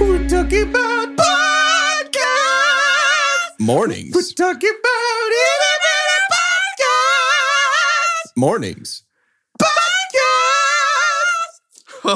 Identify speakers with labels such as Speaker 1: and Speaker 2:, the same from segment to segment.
Speaker 1: We're talking about podcasts. We're
Speaker 2: Mornings.
Speaker 1: talking about innovative podcasts.
Speaker 2: Mornings.
Speaker 1: Podcasts.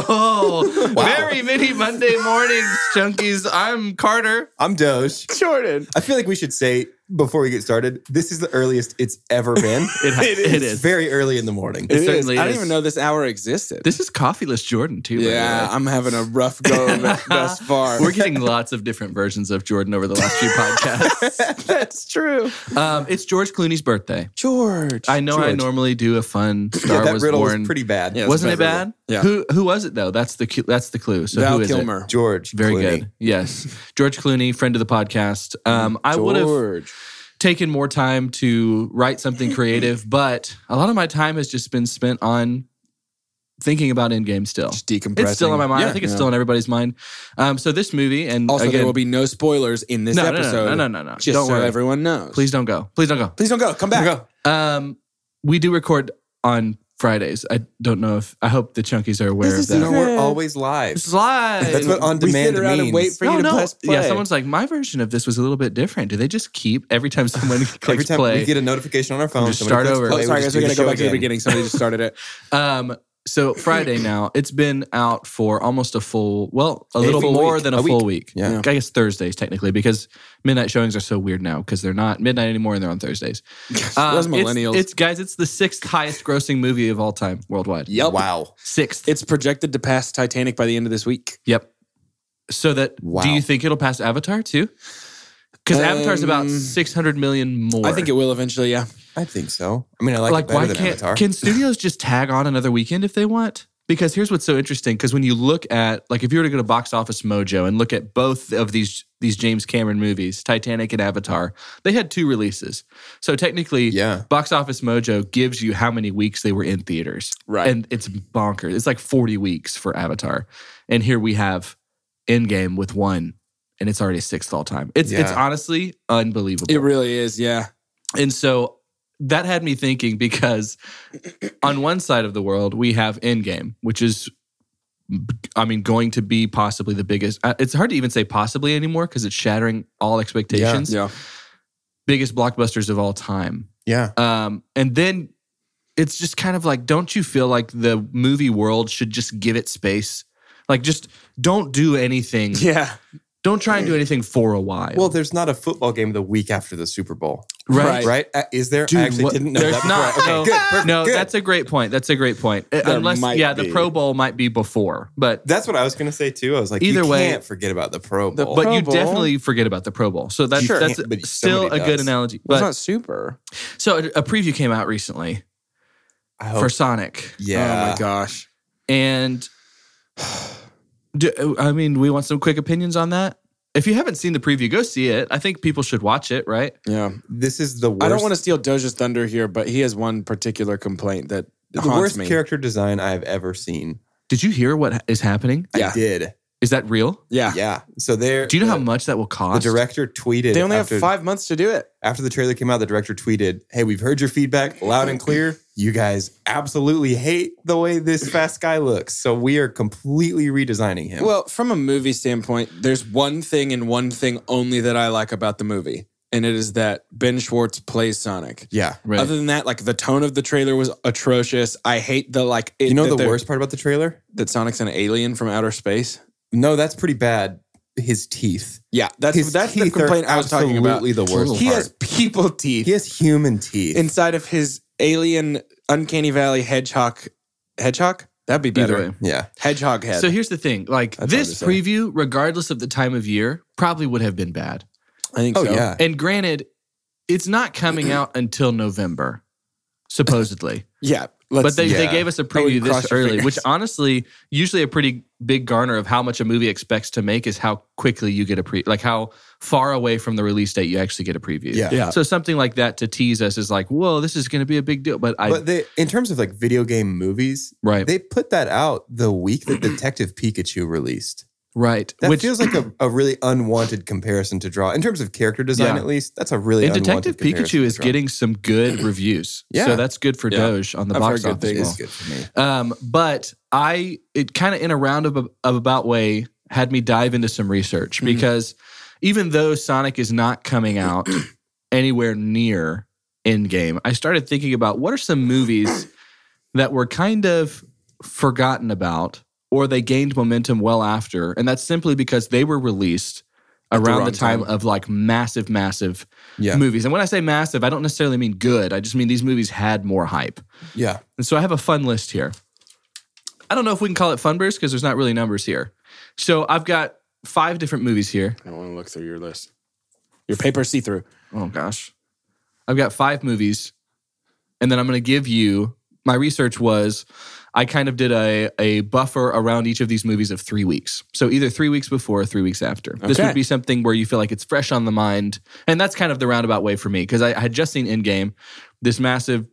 Speaker 3: Oh,
Speaker 2: Wow.
Speaker 3: very many Monday mornings, chunkies. I'm Carter.
Speaker 2: I'm Doge.
Speaker 3: Jordan.
Speaker 2: I feel like we should say before we get started, this is the earliest it's ever been.
Speaker 3: It, it, is. it
Speaker 2: It's
Speaker 3: is.
Speaker 2: very early in the morning.
Speaker 3: It
Speaker 4: It is.
Speaker 3: certainly
Speaker 4: I
Speaker 3: is.
Speaker 4: didn't even know this hour existed.
Speaker 3: This is coffeeless Jordan too. by the
Speaker 4: yeah,
Speaker 3: way.
Speaker 4: I'm having a rough go of it thus far.
Speaker 3: We're getting lots of different versions of Jordan over the last few podcasts.
Speaker 4: That's true.
Speaker 3: Um, it's George Clooney's birthday.
Speaker 4: George.
Speaker 3: I know I
Speaker 2: George.
Speaker 3: normally do a fun
Speaker 2: Yeah,
Speaker 3: Star
Speaker 2: that
Speaker 3: Wars
Speaker 2: riddle
Speaker 3: born.
Speaker 2: was pretty bad.
Speaker 4: Yeah.
Speaker 3: Wasn't
Speaker 4: it's
Speaker 3: it
Speaker 4: a bad
Speaker 3: bad?
Speaker 4: riddle. Yeah.
Speaker 3: Who who was it though? That's the cu- that's the clue. So
Speaker 4: Val
Speaker 3: who is it?
Speaker 4: Kilmer.
Speaker 2: George.
Speaker 3: Very
Speaker 2: Clooney.
Speaker 3: good. Yes. George Clooney, friend of the podcast. Um, I would have
Speaker 4: George.
Speaker 3: taken more time to write something creative, but a lot of my time has just been spent on thinking about Endgame still.
Speaker 4: Just decompressing.
Speaker 3: It's still on my mind. I
Speaker 4: Yeah,
Speaker 3: think it's
Speaker 4: yeah.
Speaker 3: still on everybody's mind. Um, so this movie and
Speaker 4: Also,
Speaker 3: again,
Speaker 4: there will be no spoilers in this
Speaker 3: no, no, no,
Speaker 4: episode.
Speaker 3: No, no, no, no.
Speaker 4: Just
Speaker 3: don't
Speaker 4: so
Speaker 3: worry.
Speaker 4: everyone knows.
Speaker 3: Please don't go. Please don't go.
Speaker 4: Please don't go. Come back.
Speaker 3: Um, we do record on Fridays. I don't know if I hope the chunkies are aware
Speaker 4: This
Speaker 3: of
Speaker 4: is
Speaker 3: that.
Speaker 2: No, we're
Speaker 4: Good.
Speaker 2: always live.
Speaker 3: It's live.
Speaker 2: That's what on
Speaker 4: we
Speaker 2: demand
Speaker 4: sit around
Speaker 2: means.
Speaker 4: and wait for
Speaker 3: No,
Speaker 4: you to
Speaker 3: no.
Speaker 4: press play.
Speaker 3: Yeah, someone's like, my version of this was a little bit different. Do they just keep every time someone clicks
Speaker 2: Every time
Speaker 3: play?
Speaker 2: we get a notification on our phone,
Speaker 3: Just start
Speaker 2: somebody clicks
Speaker 3: over.
Speaker 2: play,
Speaker 4: Oh,
Speaker 2: we
Speaker 4: sorry, guys.
Speaker 2: just do
Speaker 4: We gotta go
Speaker 2: show
Speaker 4: back to the
Speaker 2: again.
Speaker 4: beginning. Somebody just started it.
Speaker 3: um, so Friday now, it's been out for almost a full, well, a little
Speaker 2: full
Speaker 3: more
Speaker 2: week.
Speaker 3: than a,
Speaker 2: A
Speaker 3: full week.
Speaker 2: Yeah.
Speaker 3: I guess Thursdays technically because midnight showings are so weird now because they're not midnight anymore and they're on Thursdays. Um,
Speaker 4: Those
Speaker 3: it's-
Speaker 4: millennials.
Speaker 3: It's, guys, it's the sixth highest grossing movie of all time worldwide.
Speaker 4: Yep.
Speaker 2: Wow.
Speaker 3: Sixth.
Speaker 4: It's projected to pass Titanic by the end of this week.
Speaker 3: yep. So that do
Speaker 2: Wow.
Speaker 3: you think it'll pass Avatar too? Because Avatar's about
Speaker 4: Um,
Speaker 3: six hundred million more.
Speaker 4: I think it will eventually. Yeah.
Speaker 2: I think so. I mean, I like,
Speaker 3: like
Speaker 2: it better
Speaker 3: why
Speaker 2: than
Speaker 3: can't
Speaker 2: Avatar.
Speaker 3: can studios just tag on another weekend if they want because here's what's so interesting because when you look at like if you were to go to box office mojo and look at both of these these james cameron movies titanic and avatar they had two releases so technically
Speaker 2: Yeah.
Speaker 3: box office mojo gives you how many weeks they were in theaters
Speaker 4: Right.
Speaker 3: and it's bonkers it's like 40 weeks for avatar and here we have endgame with one and it's already sixth all time it's it's
Speaker 2: Yeah.
Speaker 3: honestly unbelievable
Speaker 4: It really is. Yeah.
Speaker 3: and so that had me thinking because on one side of the world, we have Endgame, which is, I mean, going to be possibly the biggest. uh, It's hard to even say possibly anymore because it's shattering all expectations.
Speaker 4: Yeah.
Speaker 3: Biggest blockbusters of all time.
Speaker 2: yeah.
Speaker 3: Um, and then it's just kind of like, don't you feel like the movie world should just give it space? Like, just don't do anything.
Speaker 4: Yeah.
Speaker 3: Don't try and do anything for a while.
Speaker 2: Well, there's not a football game the week after the Super Bowl,
Speaker 4: Right.
Speaker 2: right? Uh, Is there? I actually
Speaker 3: what-
Speaker 2: didn't know
Speaker 3: there's
Speaker 2: that. before.
Speaker 3: not.
Speaker 2: Okay,
Speaker 3: no,
Speaker 2: good. Perfect.
Speaker 3: no,
Speaker 2: good.
Speaker 3: that's a great point. That's a great point. Uh, Unless,
Speaker 4: might
Speaker 3: yeah,
Speaker 4: be.
Speaker 3: the Pro Bowl might be before, but
Speaker 2: That's what I was gonna say too. I was like,
Speaker 3: Either
Speaker 2: you
Speaker 3: way-
Speaker 2: can't forget about the Pro
Speaker 4: The-
Speaker 2: Bowl.
Speaker 3: but you
Speaker 4: Bowl?
Speaker 3: definitely forget about the Pro Bowl. So that's
Speaker 2: You Sure.
Speaker 3: that's
Speaker 2: can't, but
Speaker 3: still a
Speaker 2: somebody
Speaker 3: good
Speaker 2: does.
Speaker 3: analogy.
Speaker 4: Well, it's
Speaker 3: But
Speaker 4: not Oh. super. Oh
Speaker 3: so a, a preview came out recently
Speaker 2: I hope-
Speaker 3: for Sonic,
Speaker 2: yeah.
Speaker 4: Oh my gosh.
Speaker 3: and do, I mean, we want some quick opinions on that. If you haven't seen the preview, go see it. I think people should watch it, right?
Speaker 4: Yeah.
Speaker 2: This is the worst.
Speaker 4: I don't want to steal Doja's thunder here, but he has one particular complaint that
Speaker 2: the
Speaker 4: haunts
Speaker 2: worst
Speaker 4: me.
Speaker 2: character design I've ever seen.
Speaker 3: Did you hear what is happening?
Speaker 4: Yeah.
Speaker 2: I did.
Speaker 3: Is that real?
Speaker 4: yeah.
Speaker 2: Yeah. So there.
Speaker 3: Do you know how
Speaker 2: the-
Speaker 3: much that will
Speaker 2: the
Speaker 3: cost?
Speaker 2: director tweeted?
Speaker 4: They only
Speaker 2: after-
Speaker 4: have five months to do it.
Speaker 2: After the trailer came out, the director tweeted, "Hey, we've heard your feedback loud and clear. You guys absolutely hate the way this Fast Guy looks, so we are completely redesigning him."
Speaker 4: Well, from a movie standpoint, there's one thing and one thing only that I like about the movie, and it is that Ben Schwartz plays Sonic.
Speaker 2: yeah.
Speaker 3: Right.
Speaker 4: Other than that, like the tone of the trailer was atrocious. I hate the like. It,
Speaker 2: You know
Speaker 4: that
Speaker 2: the
Speaker 4: they're-
Speaker 2: worst part about the trailer?
Speaker 4: that Sonic's an alien from outer space.
Speaker 2: No, that's pretty bad. His teeth.
Speaker 4: Yeah, that's
Speaker 2: His
Speaker 4: that's the
Speaker 2: teeth are
Speaker 4: complaint I was talking about.
Speaker 2: absolutely the worst
Speaker 4: He
Speaker 2: part.
Speaker 4: has people teeth
Speaker 2: He has human teeth.
Speaker 4: inside of his alien uncanny valley hedgehog. Hedgehog? That'd be
Speaker 3: Either
Speaker 4: better.
Speaker 3: way.
Speaker 2: yeah.
Speaker 4: Hedgehog head.
Speaker 3: So here's the thing: like
Speaker 4: That's hard
Speaker 3: this
Speaker 4: to say.
Speaker 3: preview, regardless of the time of year, probably would have been bad.
Speaker 4: I think
Speaker 2: Oh
Speaker 4: so.
Speaker 2: yeah.
Speaker 3: And granted, it's not coming out until November, supposedly.
Speaker 4: Yeah.
Speaker 3: but they, they
Speaker 2: yeah.
Speaker 3: gave us a
Speaker 4: I wouldn't
Speaker 3: preview
Speaker 4: cross
Speaker 3: this
Speaker 4: your
Speaker 3: early,
Speaker 4: fingers.
Speaker 3: which honestly, usually a pretty big garner of how much a movie expects to make is how quickly you get a pre, like how far away from the release date you actually get a preview.
Speaker 2: Yeah.
Speaker 4: Yeah.
Speaker 3: So something like that to tease us is like, whoa, this is going to be a big deal. But I
Speaker 2: but they, in terms of like video game movies,
Speaker 3: right,
Speaker 2: they put that out the week that Detective Pikachu released.
Speaker 3: right,
Speaker 2: That
Speaker 3: which
Speaker 2: feels like a, a really unwanted comparison to draw in terms of character design.
Speaker 3: Yeah.
Speaker 2: At least that's a really.
Speaker 3: and Detective
Speaker 2: unwanted comparison
Speaker 3: Pikachu
Speaker 2: to
Speaker 3: is
Speaker 2: draw.
Speaker 3: getting some good reviews.
Speaker 2: Yeah.
Speaker 3: So that's good for
Speaker 4: Yeah.
Speaker 3: Doge on the
Speaker 4: I've
Speaker 3: box
Speaker 4: heard good
Speaker 3: office.
Speaker 4: things.
Speaker 3: as
Speaker 2: It
Speaker 3: well.
Speaker 2: is good for me.
Speaker 3: Um, but I it kind of in a roundabout of about way had me dive into some research
Speaker 2: Mm-hmm.
Speaker 4: Mhm.
Speaker 3: because even though Sonic is not coming out anywhere near Endgame, I started thinking about what are some movies that were kind of forgotten about or they gained momentum well after, and that's simply because they were released
Speaker 4: the
Speaker 3: around the,
Speaker 4: wrong
Speaker 3: time,
Speaker 4: time.
Speaker 3: of like massive, massive
Speaker 2: Yeah.
Speaker 3: movies. And when I say massive, I don't necessarily mean good. I just mean these movies had more hype.
Speaker 2: Yeah.
Speaker 3: And so I have a fun list here. I don't know if we can call it fun burst because there's not really numbers here. So I've got five different movies here.
Speaker 4: I don't want to look through your list. Your paper see through.
Speaker 3: Oh gosh. I've got five movies. And then I'm going to give you my research was I kind of did a, a buffer around each of these movies of three weeks. So either three weeks before or three weeks after. This
Speaker 4: Okay.
Speaker 3: would be something where you feel like it's fresh on the mind. And that's kind of the roundabout way for me because I, I had just seen Endgame, this massive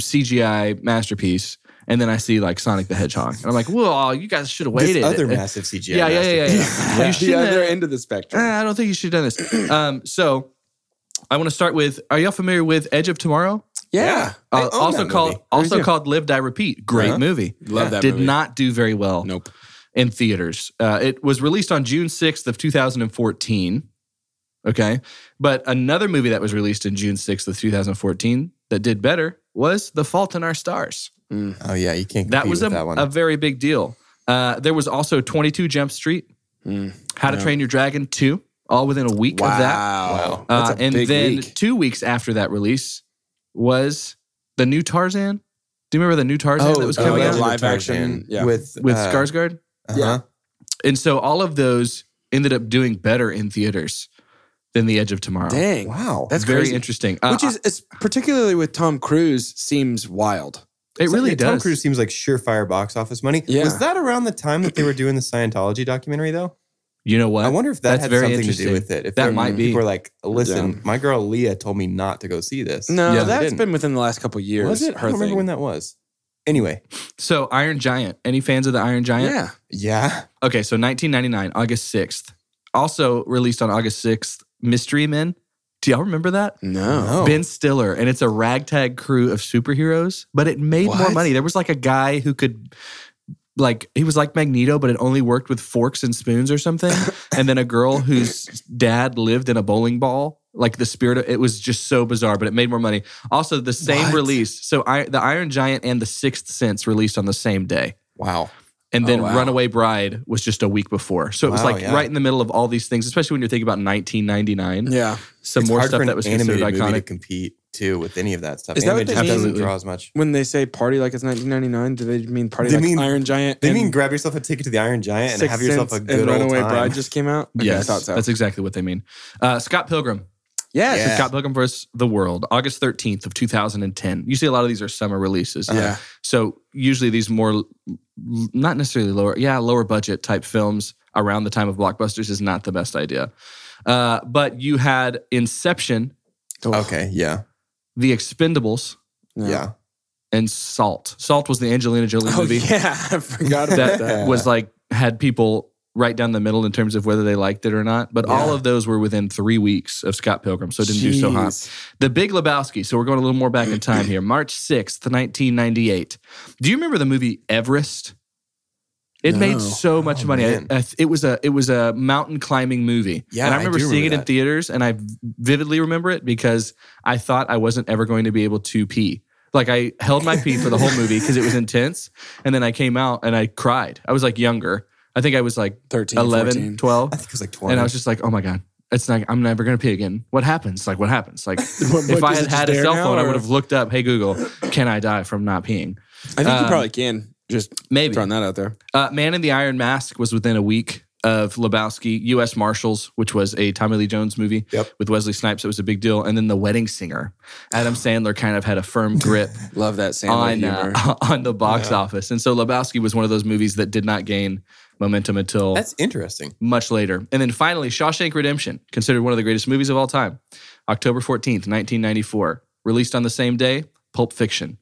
Speaker 3: CGI masterpiece. And then I see like Sonic the Hedgehog. And I'm like, whoa, you guys should have waited.
Speaker 2: This other
Speaker 3: And-
Speaker 2: massive CGI.
Speaker 3: Yeah, yeah, yeah, yeah,
Speaker 2: masterpiece.
Speaker 3: yeah. You
Speaker 4: the
Speaker 3: shouldn't
Speaker 4: other
Speaker 3: have-
Speaker 4: end of the spectrum.
Speaker 3: Eh, I don't think you should have done this. Um, so I want to start with Are y'all familiar with Edge of Tomorrow?
Speaker 4: yeah.
Speaker 2: I
Speaker 3: Uh,
Speaker 2: own
Speaker 3: also
Speaker 2: that
Speaker 3: called
Speaker 2: movie.
Speaker 3: also
Speaker 4: do.
Speaker 3: called Live Die Repeat. Great
Speaker 4: Uh-huh.
Speaker 3: movie.
Speaker 4: Love that
Speaker 3: Did
Speaker 4: movie.
Speaker 3: not do very well
Speaker 4: Nope.
Speaker 3: in theaters. Uh, it was released on June 6th of 2014. Okay. But another movie that was released in June 6th of 2014 that did better was The Fault in Our Stars.
Speaker 2: Oh yeah, you can't.
Speaker 3: That
Speaker 2: compete
Speaker 3: was a,
Speaker 2: with that one.
Speaker 3: a very big deal. Uh, there was also 22 Jump Street,
Speaker 4: Mm.
Speaker 3: How to
Speaker 4: Yeah. Mm.
Speaker 3: Train Your Dragon 2, all within a week of that.
Speaker 4: Wow.
Speaker 3: Uh,
Speaker 4: That's a
Speaker 3: and
Speaker 4: big
Speaker 3: then
Speaker 4: week.
Speaker 3: two weeks after that release was the new Tarzan. Do you remember the new Tarzan that was
Speaker 4: oh,
Speaker 3: coming
Speaker 4: that
Speaker 3: out
Speaker 4: was live action, yeah.
Speaker 2: with
Speaker 3: with
Speaker 2: uh,
Speaker 3: Skarsgård?
Speaker 2: uh-huh.
Speaker 4: Yeah.
Speaker 3: And so all of those ended up doing better in theaters than The Edge of Tomorrow.
Speaker 4: Dang.
Speaker 2: Wow.
Speaker 4: That's
Speaker 3: very
Speaker 4: crazy.
Speaker 3: interesting. Uh,
Speaker 4: Which is, it's particularly with Tom Cruise, seems wild.
Speaker 3: it
Speaker 2: So,
Speaker 3: really
Speaker 2: yeah,
Speaker 3: does.
Speaker 2: Tom Cruise seems like surefire box office money.
Speaker 4: Yeah.
Speaker 2: Was that around the time that they were doing the Scientology documentary though?
Speaker 3: you know what?
Speaker 2: I wonder if that
Speaker 3: That's
Speaker 2: had
Speaker 3: very
Speaker 2: something to
Speaker 3: interesting.
Speaker 2: do with it. If
Speaker 3: That
Speaker 2: there-
Speaker 3: might be.
Speaker 2: people were like, listen,
Speaker 4: Yeah.
Speaker 2: my girl Leah told me not to go see this.
Speaker 4: No,
Speaker 3: Yeah.
Speaker 4: that's
Speaker 2: Didn't.
Speaker 4: been within the last couple years.
Speaker 2: was it? I
Speaker 4: Her
Speaker 2: don't remember
Speaker 4: thing.
Speaker 2: when that was. Anyway,
Speaker 3: so Iron Giant. Any fans of the Iron Giant?
Speaker 4: yeah.
Speaker 2: yeah,
Speaker 3: Okay, so 1999, August 6th. Also released on August 6th, Mystery Men. Do y'all remember that?
Speaker 4: No.
Speaker 2: Oh.
Speaker 3: Ben Stiller, and it's a ragtag crew of superheroes, but it made more
Speaker 4: What?
Speaker 3: money. There was like a guy who could, like, he was like Magneto, but it only worked with forks and spoons or something. and then a girl whose dad lived in a bowling ball. Like the spirit of it was just so bizarre, but it made more money. Also, the same
Speaker 4: What?
Speaker 3: release. So, I, the Iron Giant and the Sixth Sense released on the same day.
Speaker 2: wow.
Speaker 3: And
Speaker 4: Oh,
Speaker 3: then
Speaker 4: wow.
Speaker 3: Runaway Bride was just a week before. So it was
Speaker 2: Wow,
Speaker 3: like
Speaker 2: yeah.
Speaker 3: right in the middle of all these things, especially when you're thinking about 1999.
Speaker 4: Yeah.
Speaker 3: Some
Speaker 2: It's
Speaker 3: more
Speaker 2: hard for
Speaker 3: stuff
Speaker 2: an
Speaker 3: that was
Speaker 2: animated
Speaker 3: considered
Speaker 2: movie to
Speaker 3: iconic.
Speaker 2: compete too with any of that stuff.
Speaker 4: Is that what
Speaker 2: Animated
Speaker 4: they
Speaker 2: just doesn't
Speaker 3: mean?
Speaker 2: draw as much.
Speaker 4: When they say party like it's 1999, do they mean party
Speaker 2: They
Speaker 4: like
Speaker 2: mean-
Speaker 4: Iron Giant?
Speaker 2: They
Speaker 4: and
Speaker 2: mean grab yourself a ticket to the Iron Giant and
Speaker 4: Sixth
Speaker 2: have yourself a
Speaker 4: Sense
Speaker 2: good
Speaker 4: and
Speaker 2: old
Speaker 4: Runaway
Speaker 2: time.
Speaker 4: Bride just came out? Okay, I
Speaker 3: Yes,
Speaker 4: thought so.
Speaker 3: that's exactly what they mean. Uh, Scott Pilgrim.
Speaker 4: yes.
Speaker 2: Yeah.
Speaker 3: Scott Pilgrim versus the World, August 13th of 2010. You see a lot of these are summer releases.
Speaker 2: Uh-huh.
Speaker 4: Yeah.
Speaker 3: So usually these more, l- not necessarily lower, yeah, lower budget type films. around the time of blockbusters is not the best idea. Uh, but you had Inception,
Speaker 2: Okay, yeah,
Speaker 3: The Expendables,
Speaker 4: No.
Speaker 2: yeah.
Speaker 3: and Salt. Salt was the Angelina Jolie
Speaker 4: Oh
Speaker 3: movie
Speaker 4: yeah, I forgot about
Speaker 3: that
Speaker 4: that.
Speaker 3: was like had people right down the middle in terms of whether they liked it or not. But all
Speaker 2: Yeah.
Speaker 3: of those were within three weeks of Scott Pilgrim, so it didn't do so hot.
Speaker 4: Jeez.
Speaker 3: The Big Lebowski. So we're going a little more back in time here. March 6th, 1998. Do you remember the movie Everest? It
Speaker 4: No.
Speaker 3: made so much
Speaker 2: Oh,
Speaker 3: money. I-
Speaker 2: man.
Speaker 3: I- it was a it was a mountain climbing movie.
Speaker 2: Yeah,
Speaker 3: and I
Speaker 2: I
Speaker 3: remember
Speaker 2: do
Speaker 3: seeing
Speaker 2: remember
Speaker 3: it in
Speaker 2: that.
Speaker 3: theaters, and I vividly remember it because I thought I wasn't ever going to be able to pee. Like I held my pee for the whole movie because it was intense, and then I came out and I cried. I was like younger. I think I was like
Speaker 4: 13,
Speaker 3: 11,
Speaker 4: 14.
Speaker 3: 12.
Speaker 2: I think it was like twenty.
Speaker 3: And I was just like, oh my God, it's not, I'm never going to pee again. What happens? Like, what happens? Like,
Speaker 4: What-
Speaker 3: if
Speaker 4: what,
Speaker 3: I
Speaker 4: is it
Speaker 3: had
Speaker 4: just
Speaker 3: had a
Speaker 4: there
Speaker 3: cell
Speaker 4: now,
Speaker 3: phone, I
Speaker 4: or-
Speaker 3: would have looked up, hey Google, can I die from not peeing?
Speaker 4: I think
Speaker 3: um,
Speaker 4: you probably can. Just
Speaker 3: Maybe.
Speaker 4: throwing that out there.
Speaker 3: Uh, Man in the Iron Mask was within a week of Lebowski, U.S. Marshals, which was a Tommy Lee Jones movie
Speaker 2: Yep.
Speaker 3: with Wesley Snipes. It was a big deal. And then The Wedding Singer. Adam Sandler kind of had a firm grip
Speaker 4: Love that Sandler
Speaker 3: on,
Speaker 4: humor.
Speaker 3: uh, on the box office. And so Lebowski was one of those movies that did not gain momentum until
Speaker 2: that's interesting.
Speaker 3: much later. And then finally, Shawshank Redemption, considered one of the greatest movies of all time, October 14th, 1994. Released on the same day, Pulp Fiction.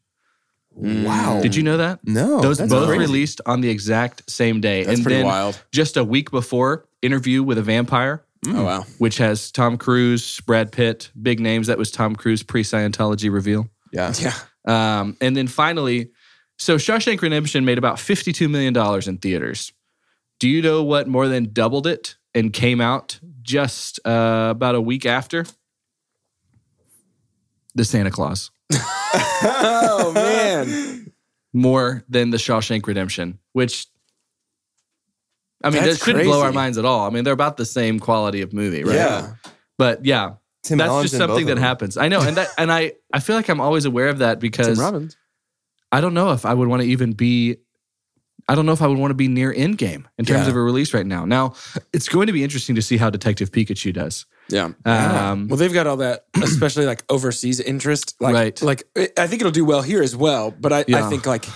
Speaker 4: Oh.
Speaker 2: Wow.
Speaker 3: Mm. Did you know that?
Speaker 2: No,
Speaker 3: Those
Speaker 2: that's
Speaker 3: both
Speaker 2: crazy.
Speaker 3: released on the exact same day.
Speaker 4: That's
Speaker 3: and
Speaker 4: pretty
Speaker 3: then
Speaker 4: wild.
Speaker 3: just a week before, Interview with a Vampire,
Speaker 4: Oh wow.
Speaker 3: which has Tom Cruise, Brad Pitt, big names. That was Tom Cruise pre Scientology reveal.
Speaker 2: Yeah,
Speaker 4: Yeah.
Speaker 3: Um, and then finally, so Shawshank Redemption made about $52 million in theaters. Do you know what more than doubled it and came out just uh, about a week after? The Santa Claus.
Speaker 4: Oh man.
Speaker 3: More than the Shawshank Redemption, which, I mean,
Speaker 4: That's
Speaker 3: that shouldn't blow
Speaker 4: crazy.
Speaker 3: our minds at all. I mean, they're about the same quality of movie, right?
Speaker 2: yeah.
Speaker 3: But yeah,
Speaker 2: Tim
Speaker 3: that's
Speaker 2: Allen's
Speaker 3: just
Speaker 2: in both
Speaker 3: something
Speaker 2: of
Speaker 3: that
Speaker 2: them.
Speaker 3: happens. I know. And that, and I, I feel like I'm always aware of that because
Speaker 4: Robbins.
Speaker 3: I don't know if I would want to even be. I don't know if I would want to be near Endgame in terms
Speaker 2: Yeah.
Speaker 3: of a release right now. Now, it's going to be interesting to see how Detective Pikachu does.
Speaker 4: Yeah.
Speaker 3: Um,
Speaker 4: Well, they've got all that, especially like overseas interest. Like,
Speaker 3: Right.
Speaker 4: Like, I- I think it'll do well here as well. But I,
Speaker 3: Yeah.
Speaker 4: I think like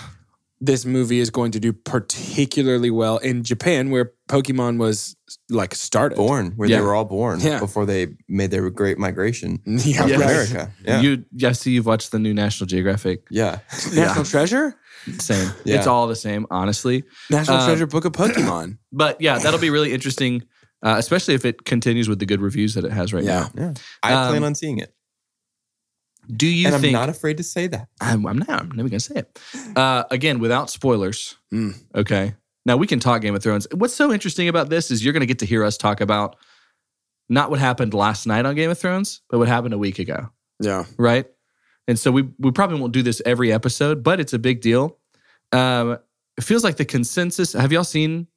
Speaker 4: this movie is going to do particularly well in Japan, where Pokemon was like started.
Speaker 2: Born where
Speaker 3: Yeah.
Speaker 2: they were all born
Speaker 4: Yeah.
Speaker 2: before they made their great migration
Speaker 4: Yeah.
Speaker 2: to
Speaker 3: Yes.
Speaker 4: right.
Speaker 2: America. Yeah,
Speaker 3: You, I see you've watched the new National Geographic.
Speaker 2: yeah.
Speaker 4: National Treasure.
Speaker 3: Same.
Speaker 2: Yeah.
Speaker 3: It's all the same, honestly.
Speaker 4: National
Speaker 3: Um,
Speaker 4: Treasure Book of Pokemon.
Speaker 3: But yeah, that'll be really interesting, uh, especially if it continues with the good reviews that it has right
Speaker 4: yeah.
Speaker 3: now.
Speaker 2: I
Speaker 3: Um,
Speaker 2: plan on seeing it,
Speaker 3: Do you
Speaker 2: and I'm
Speaker 3: think?
Speaker 2: not afraid to say that.
Speaker 3: I'm, I'm not. I'm never going to say it. Uh, again, without spoilers.
Speaker 4: Mm.
Speaker 3: Okay. Now we can talk Game of Thrones. What's so interesting about this is you're going to get to hear us talk about not what happened last night on Game of Thrones, but what happened a week ago,
Speaker 4: Yeah.
Speaker 3: right? And so we we probably won't do this every episode, but it's a big deal. Um, it feels like the consensus. Have y'all seen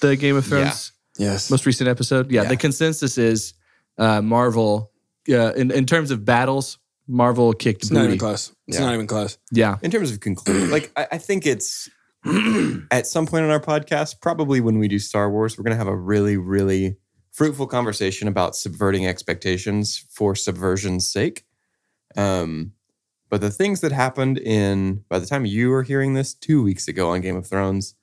Speaker 3: the Game of Thrones?
Speaker 2: Yeah.
Speaker 4: Yes.
Speaker 3: most recent episode. Yeah,
Speaker 2: Yeah.
Speaker 3: the consensus is uh, Marvel. Uh, in in terms of battles, Marvel kicked
Speaker 4: It's not even
Speaker 3: booty.
Speaker 4: close. It's
Speaker 2: Yeah.
Speaker 4: not even close.
Speaker 3: Yeah,
Speaker 2: In terms of conclusion, like I, I think it's at some point on our podcast, probably when we do Star Wars, we're gonna have a really, really fruitful conversation about subverting expectations for subversion's sake. Um, but the things that happened in by the time you were hearing this two weeks ago on Game of Thrones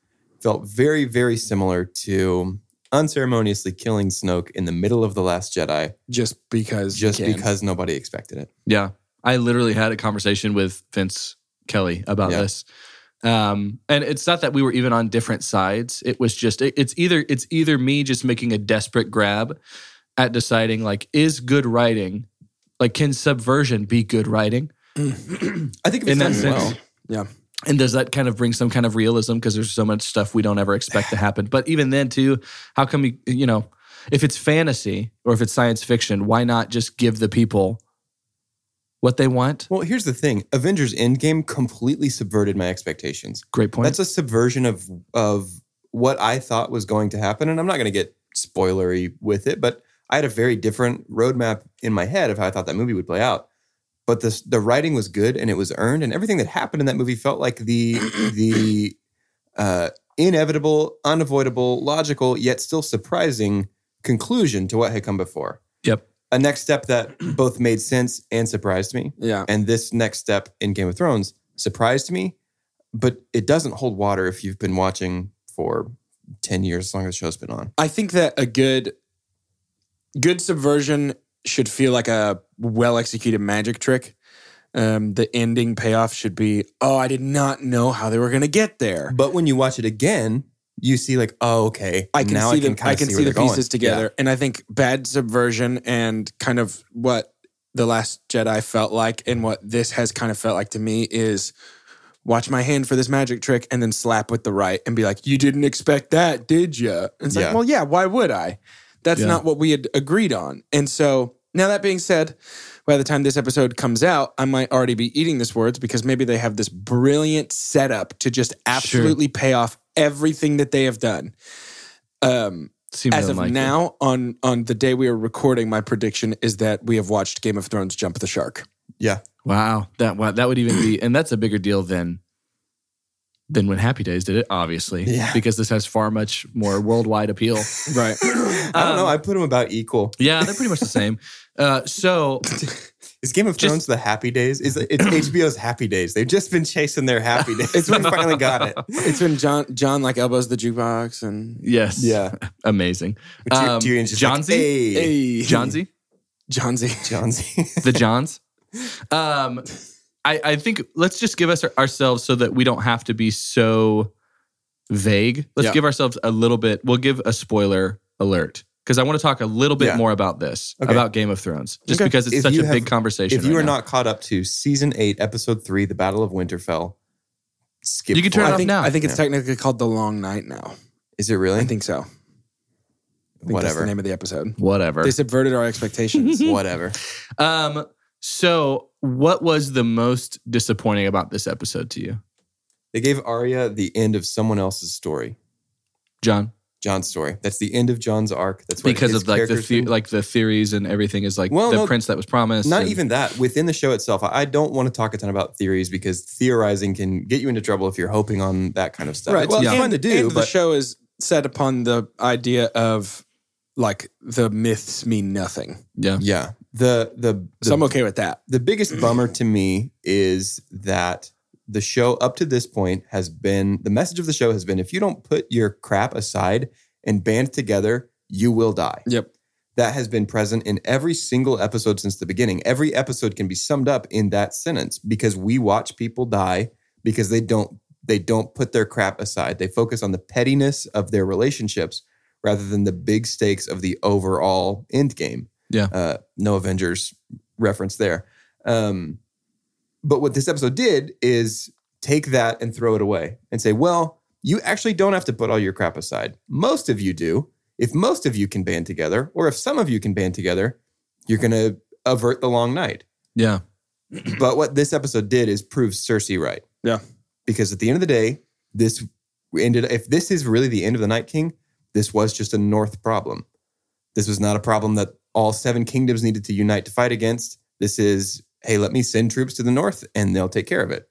Speaker 2: felt very, very similar to unceremoniously killing Snoke in the middle of the Last Jedi
Speaker 4: Just because. you
Speaker 2: just
Speaker 4: can.
Speaker 2: because nobody expected it.
Speaker 3: yeah. I literally had a conversation with Vince Kelly about
Speaker 2: Yeah.
Speaker 3: this, um, and it's not that we were even on different sides. It was just it, it's either it's either me just making a desperate grab at deciding like is good writing like can subversion be good writing
Speaker 2: I think if
Speaker 3: in that
Speaker 2: it's done
Speaker 3: sense.
Speaker 2: well,
Speaker 4: Yeah.
Speaker 3: And does that kind of bring some kind of realism? Because there's so much stuff we don't ever expect to happen. But even then, too, how come you, you know, if it's fantasy or if it's science fiction, why not just give the people what they want?
Speaker 2: Well, here's the thing: Avengers Endgame completely subverted my expectations.
Speaker 3: Great point.
Speaker 2: That's a subversion of of what I thought was going to happen, and I'm not going to get spoilery with it, but I had a very different roadmap in my head of how I thought that movie would play out. But this, the writing was good, and it was earned, and everything that happened in that movie felt like the the uh, inevitable, unavoidable, logical, yet still surprising conclusion to what had come before.
Speaker 3: Yep.
Speaker 2: A next step that both made sense and surprised me
Speaker 4: Yeah.
Speaker 2: and this next step in Game of Thrones surprised me, but it doesn't hold water if you've been watching for 10 years, as long as the show's been on.
Speaker 4: I think that a good good subversion should feel like a well executed magic trick. Um, the ending payoff should be, oh, I did not know how they were going to get there.
Speaker 2: But when you watch it again, you see like, oh, okay.
Speaker 4: I can
Speaker 2: now
Speaker 4: see the
Speaker 2: kinda
Speaker 4: I can see,
Speaker 2: where
Speaker 4: the
Speaker 2: they're going.
Speaker 4: pieces together, and I think bad subversion and kind of what the Last Jedi felt like, and what this has kind of felt like to me is watch my hand for this magic trick, and then slap with the right, and be like, "You didn't expect that, did you?" And it's
Speaker 2: Yeah.
Speaker 4: like, "Well, yeah. Why would I?" That's
Speaker 3: Yeah.
Speaker 4: not what we had agreed on. And so now that being said, by the time this episode comes out, I might already be eating this words because maybe they have this brilliant setup to just absolutely pay off everything that they have done. Um,
Speaker 3: Seems
Speaker 4: as of
Speaker 3: unlikely.
Speaker 4: now, on on the day we are recording, my prediction is that we have watched Game of Thrones jump the shark.
Speaker 2: Yeah.
Speaker 3: Wow, that wow, that would even be, and that's a bigger deal than than when Happy Days did it, obviously,
Speaker 2: Yeah.
Speaker 3: because this has far much more worldwide appeal.
Speaker 4: Right.
Speaker 2: I don't know.
Speaker 3: Um,
Speaker 2: I put them about equal.
Speaker 3: yeah, they're pretty much the same. Uh, so
Speaker 2: Is Game of
Speaker 3: Just-
Speaker 2: Thrones the happy days? Is it, it's HBO's happy days? They've just been chasing their happy days. we finally got it.
Speaker 4: it's when John John like elbows the jukebox and
Speaker 3: yes, amazing. Um,
Speaker 2: Tyrion's just
Speaker 3: Johnsy,
Speaker 2: like, hey,
Speaker 4: hey.
Speaker 3: Johnsy,
Speaker 4: John Z.
Speaker 2: Johnsy.
Speaker 3: the Johns. Um, I, I think let's just give us ourselves so that we don't have to be so vague. Let's
Speaker 4: Yeah.
Speaker 3: give ourselves a little bit. We'll give a spoiler alert because I want to talk a little bit
Speaker 2: Yeah.
Speaker 3: more about this
Speaker 2: Okay.
Speaker 3: about Game of Thrones, just
Speaker 2: Okay.
Speaker 3: because it's
Speaker 2: If
Speaker 3: such
Speaker 2: you
Speaker 3: a big
Speaker 2: have-
Speaker 3: conversation.
Speaker 2: if you
Speaker 3: right
Speaker 2: are
Speaker 3: now.
Speaker 2: not caught up to season eight, episode three, the Battle of Winterfell, skip.
Speaker 3: You can turn
Speaker 2: forward.
Speaker 3: it
Speaker 4: I
Speaker 3: off
Speaker 4: think
Speaker 3: now.
Speaker 4: I think it's
Speaker 2: Yeah.
Speaker 4: technically called the Long Night now.
Speaker 2: Is it really?
Speaker 4: I think so. I think That's the
Speaker 2: whatever.
Speaker 4: name of the episode.
Speaker 3: whatever.
Speaker 4: They subverted our expectations.
Speaker 2: whatever.
Speaker 3: Um, so what was the most disappointing about this episode to you,
Speaker 2: They gave Arya the end of someone else's story.
Speaker 3: John?
Speaker 2: John's story. That's the end of John's arc. That's where
Speaker 3: Because
Speaker 2: his
Speaker 3: of like the
Speaker 2: character's
Speaker 3: the
Speaker 2: been-
Speaker 3: like the theories and everything is like
Speaker 2: Well,
Speaker 3: the
Speaker 2: no,
Speaker 3: prince that was promised.
Speaker 2: Not
Speaker 3: and-
Speaker 2: even that. Within the show itself, I I don't want to talk a ton about theories because theorizing can get you into trouble if you're hoping on that kind of stuff.
Speaker 4: Right.
Speaker 2: It's,
Speaker 4: well,
Speaker 2: it's
Speaker 4: and,
Speaker 2: fun to do,
Speaker 4: and the
Speaker 2: but
Speaker 4: show is set upon the idea of like the myths mean nothing.
Speaker 3: yeah.
Speaker 2: yeah, the the, the
Speaker 4: So I'm okay with that.
Speaker 2: the biggest bummer to me is that the show up to this point has been the message of the show has been if you don't put your crap aside and band together, you will die.
Speaker 4: Yep.
Speaker 2: That has been present in every single episode since the beginning. Every episode can be summed up in that sentence because we watch people die because they don't they don't put their crap aside. They focus on the pettiness of their relationships rather than the big stakes of the overall end game.
Speaker 3: Yeah.
Speaker 2: Uh, no Avengers reference there. Um, but what this episode did is take that and throw it away and say, well, you actually don't have to put all your crap aside. Most of you do. If most of you can band together, or if some of you can band together, you're going to avert the long night.
Speaker 3: Yeah.
Speaker 2: But what this episode did is prove Cersei right.
Speaker 4: Yeah.
Speaker 2: Because at the end of the day, this ended, if this is really the end of the Night King, this was just a North problem. This was not a problem that all seven kingdoms needed to unite to fight against. This is, hey, let me send troops to the North and they'll take care of it.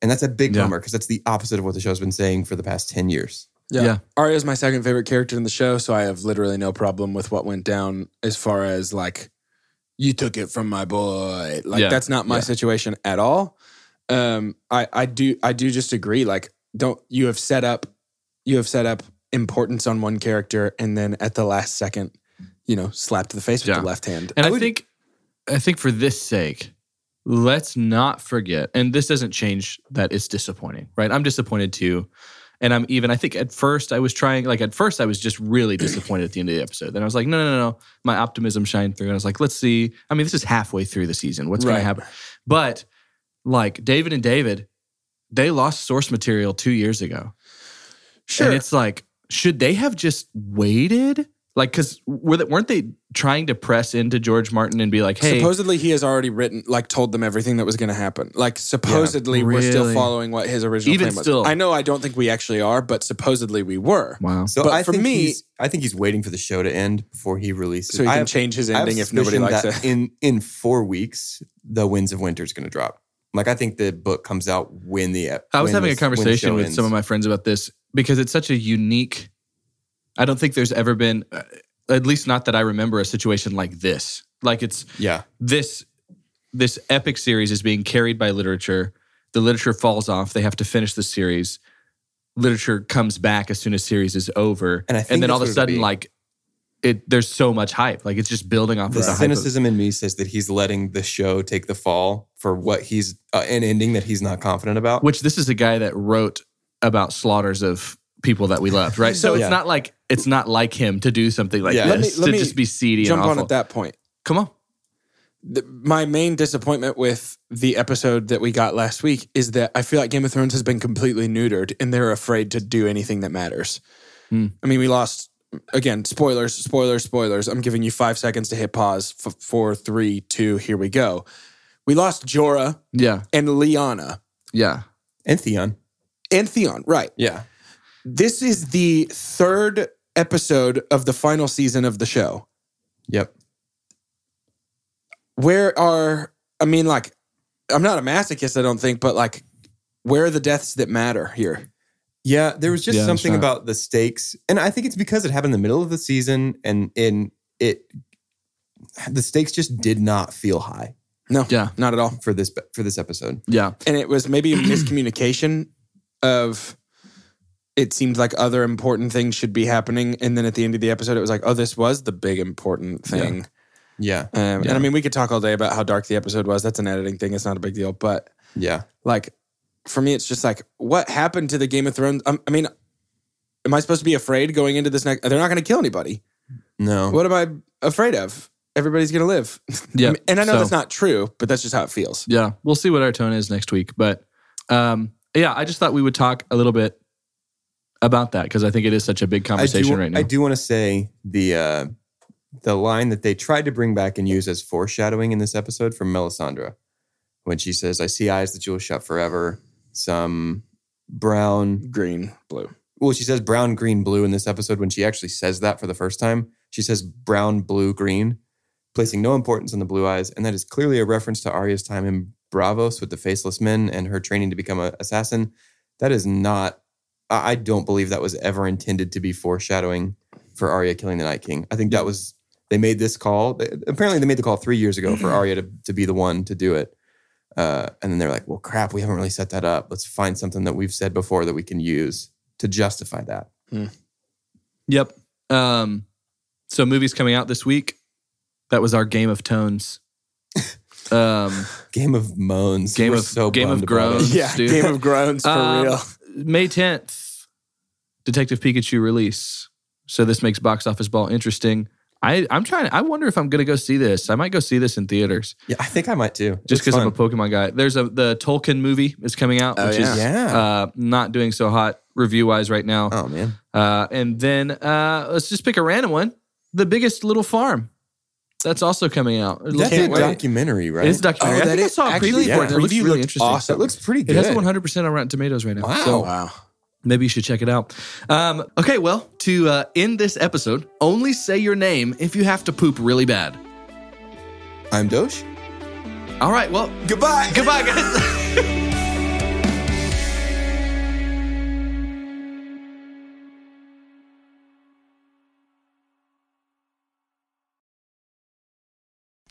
Speaker 2: And that's a big
Speaker 3: Yeah.
Speaker 2: bummer because that's the opposite of what the show's been saying for the past 10 years.
Speaker 4: Yeah.
Speaker 3: Yeah.
Speaker 4: Arya is my second favorite character in the show, so I have literally no problem with what went down as far as like you took it from my boy. Like
Speaker 3: Yeah.
Speaker 4: that's not my
Speaker 3: Yeah.
Speaker 4: situation at all. Um I I do I do just agree like don't you have set up you have set up importance on one character and then at the last second you know slapped the face with
Speaker 3: Yeah.
Speaker 4: the left hand.
Speaker 3: And I,
Speaker 4: would-
Speaker 3: think, I think for this sake, let's not forget. And this doesn't change that it's disappointing, right? I'm disappointed too, and I'm even. I think at first I was trying, like at first I was just really disappointed at the end of the episode. Then I was like, no, no, no, no. My optimism shined through, and I was like, let's see. I mean, this is halfway through the season. What's going
Speaker 4: Right.
Speaker 3: to happen? But like David and David, they lost source material two years ago.
Speaker 4: sure.
Speaker 3: And it's like, should they have just waited? Like, because were they, weren't they trying to press into George Martin and be like, hey,
Speaker 4: supposedly he has already written like told them everything that was going to happen like supposedly we're still
Speaker 3: Really?
Speaker 4: following what his original
Speaker 3: Even
Speaker 4: plan was
Speaker 3: still.
Speaker 4: i know i don't think we actually are but supposedly we were
Speaker 3: wow.
Speaker 2: So
Speaker 4: But
Speaker 2: I
Speaker 4: for
Speaker 2: think
Speaker 4: me-
Speaker 2: he's, I think he's waiting for the show to end before he releases.
Speaker 4: so he
Speaker 2: I
Speaker 4: can
Speaker 2: have-
Speaker 4: change his
Speaker 2: I have
Speaker 4: ending if nobody
Speaker 2: suspicion
Speaker 4: likes
Speaker 2: that
Speaker 4: it
Speaker 2: In in four weeks, the Winds of Winter is going to drop. Like I think the book comes out when the. ep-
Speaker 3: I was
Speaker 2: when
Speaker 3: having a
Speaker 2: this- when the
Speaker 3: conversation
Speaker 2: show
Speaker 3: with
Speaker 2: ends.
Speaker 3: some of my friends about this because it's such a unique. I don't think there's ever been, uh, at least not that I remember, a situation like this. Like it's
Speaker 2: Yeah,
Speaker 3: this this epic series is being carried by literature. The literature falls off. They have to finish the series. literature comes back as soon as series is over,
Speaker 2: And I
Speaker 3: then
Speaker 2: think that's
Speaker 3: all of
Speaker 2: what
Speaker 3: a
Speaker 2: it'd
Speaker 3: sudden,
Speaker 2: be.
Speaker 3: like it, there's so much hype, like it's just building off
Speaker 2: The
Speaker 3: of the hype. Of,
Speaker 2: cynicism in me says that he's letting the show take the fall for what he's uh, an ending that he's not confident about.
Speaker 3: which this is a guy that wrote about slaughters of people that we loved, right? So
Speaker 2: Yeah.
Speaker 3: it's not like it's not like him to do something like
Speaker 2: Yeah.
Speaker 4: Let
Speaker 3: this
Speaker 4: me- let
Speaker 3: to
Speaker 4: me
Speaker 3: just be seedy
Speaker 4: Jump
Speaker 3: and
Speaker 4: on
Speaker 3: awful.
Speaker 4: at that point.
Speaker 3: Come on,
Speaker 4: The, my main disappointment with the episode that we got last week is that I feel like Game of Thrones has been completely neutered and they're afraid to do anything that matters.
Speaker 3: Hmm.
Speaker 4: I mean, we lost again, spoilers, spoilers, spoilers. I'm giving you five seconds to hit pause. F- four, three, two, here we go. We lost Jorah
Speaker 3: yeah,
Speaker 4: and Lyanna
Speaker 3: yeah,
Speaker 2: and Theon,
Speaker 4: and Theon, right?
Speaker 2: yeah,
Speaker 4: This is the third episode of the final season of the show.
Speaker 2: yep.
Speaker 4: where are I mean, like, I'm not a masochist, I don't think, but like, where are the deaths that matter here?
Speaker 2: Yeah, there was just
Speaker 3: Yeah, that's
Speaker 2: something
Speaker 3: right.
Speaker 2: about the stakes, and I think it's because it happened in the middle of the season, and in it, the stakes just did not feel high
Speaker 4: No,
Speaker 3: Yeah.
Speaker 4: not at all.
Speaker 2: for this for this episode.
Speaker 3: yeah.
Speaker 4: And it was maybe a miscommunication of it seemed like other important things should be happening, and then at the end of the episode, it was like, oh, this was the big important thing.
Speaker 2: Yeah,
Speaker 4: Um, And I mean, we could talk all day about how dark the episode was. That's an editing thing; it's not a big deal, but
Speaker 2: yeah,
Speaker 4: like for me it's just like what happened to the game of thrones Um, i, I mean am i supposed to be afraid going into this next they're not going to kill anybody
Speaker 2: no,
Speaker 4: what am i afraid of everybody's going to live
Speaker 3: Yeah,
Speaker 4: I mean, and i know
Speaker 3: so-
Speaker 4: that's not true but that's just how it feels
Speaker 3: Yeah, we'll see what our tone is next week. But um, yeah, I just thought we would talk a little bit about that because I think it is such a big conversation
Speaker 2: I do,
Speaker 3: right now.
Speaker 2: I do want to say the uh, the line that they tried to bring back and use as foreshadowing in this episode from Melisandre when she says, "I see eyes that you will shut forever." Some brown,
Speaker 4: green blue
Speaker 2: well, she says brown, green, blue in this episode. When she actually says that for the first time, she says brown, blue, green, placing no importance on the blue eyes, and that is clearly a reference to Arya's time in Bravos with the Faceless Men and her training to become an assassin. That is not. I I don't believe that was ever intended to be foreshadowing for Arya killing the Night King. I think that was they made this call. they- Apparently, they made the call three years ago for Arya to, to be the one to do it. Uh, and then they're like, "Well, crap, we haven't really set that up. Let's find something that we've said before that we can use to justify that."
Speaker 3: yep. Um, so movies coming out this week. That was our game of tones. Um,
Speaker 2: Game of moans.
Speaker 3: Game
Speaker 2: We're
Speaker 3: of-
Speaker 2: so
Speaker 3: Game of
Speaker 2: bummed about it.
Speaker 3: groans.
Speaker 4: yeah
Speaker 3: Dude.
Speaker 4: game of groans for
Speaker 3: Um,
Speaker 4: real
Speaker 3: May tenth, Detective Pikachu release. So this makes box office ball interesting. I I'm trying. I wonder if I'm gonna go see this. I might go see this in theaters.
Speaker 2: Yeah, I think I might too.
Speaker 3: just
Speaker 2: It's
Speaker 3: because I'm a
Speaker 2: fun.
Speaker 3: Pokemon guy. There's a the Tolkien movie is coming out,
Speaker 4: Oh,
Speaker 3: which is
Speaker 2: yeah.
Speaker 3: uh, not doing so hot review wise right now.
Speaker 2: oh man,
Speaker 3: Uh, and then uh, let's just pick a random one. The Biggest Little Farm. That's also coming out. It
Speaker 2: that's
Speaker 3: looks-
Speaker 2: a
Speaker 4: Can't wait.
Speaker 2: documentary, right?
Speaker 3: It's a documentary. I think I
Speaker 4: is-
Speaker 3: saw a
Speaker 4: actually,
Speaker 3: preview for it.
Speaker 4: the
Speaker 3: It looks
Speaker 4: preview
Speaker 3: really
Speaker 4: looked
Speaker 3: interesting.
Speaker 4: awesome.
Speaker 2: that looks pretty
Speaker 3: It
Speaker 2: good.
Speaker 3: has 100% on Rotten Tomatoes right now.
Speaker 2: Wow.
Speaker 3: So
Speaker 4: Oh, wow
Speaker 3: maybe you should check it out. Um, okay, well, to uh, end this episode, only say your name if you have to poop really bad.
Speaker 2: I'm Dosh.
Speaker 3: All right, well,
Speaker 2: Goodbye.
Speaker 3: goodbye, guys.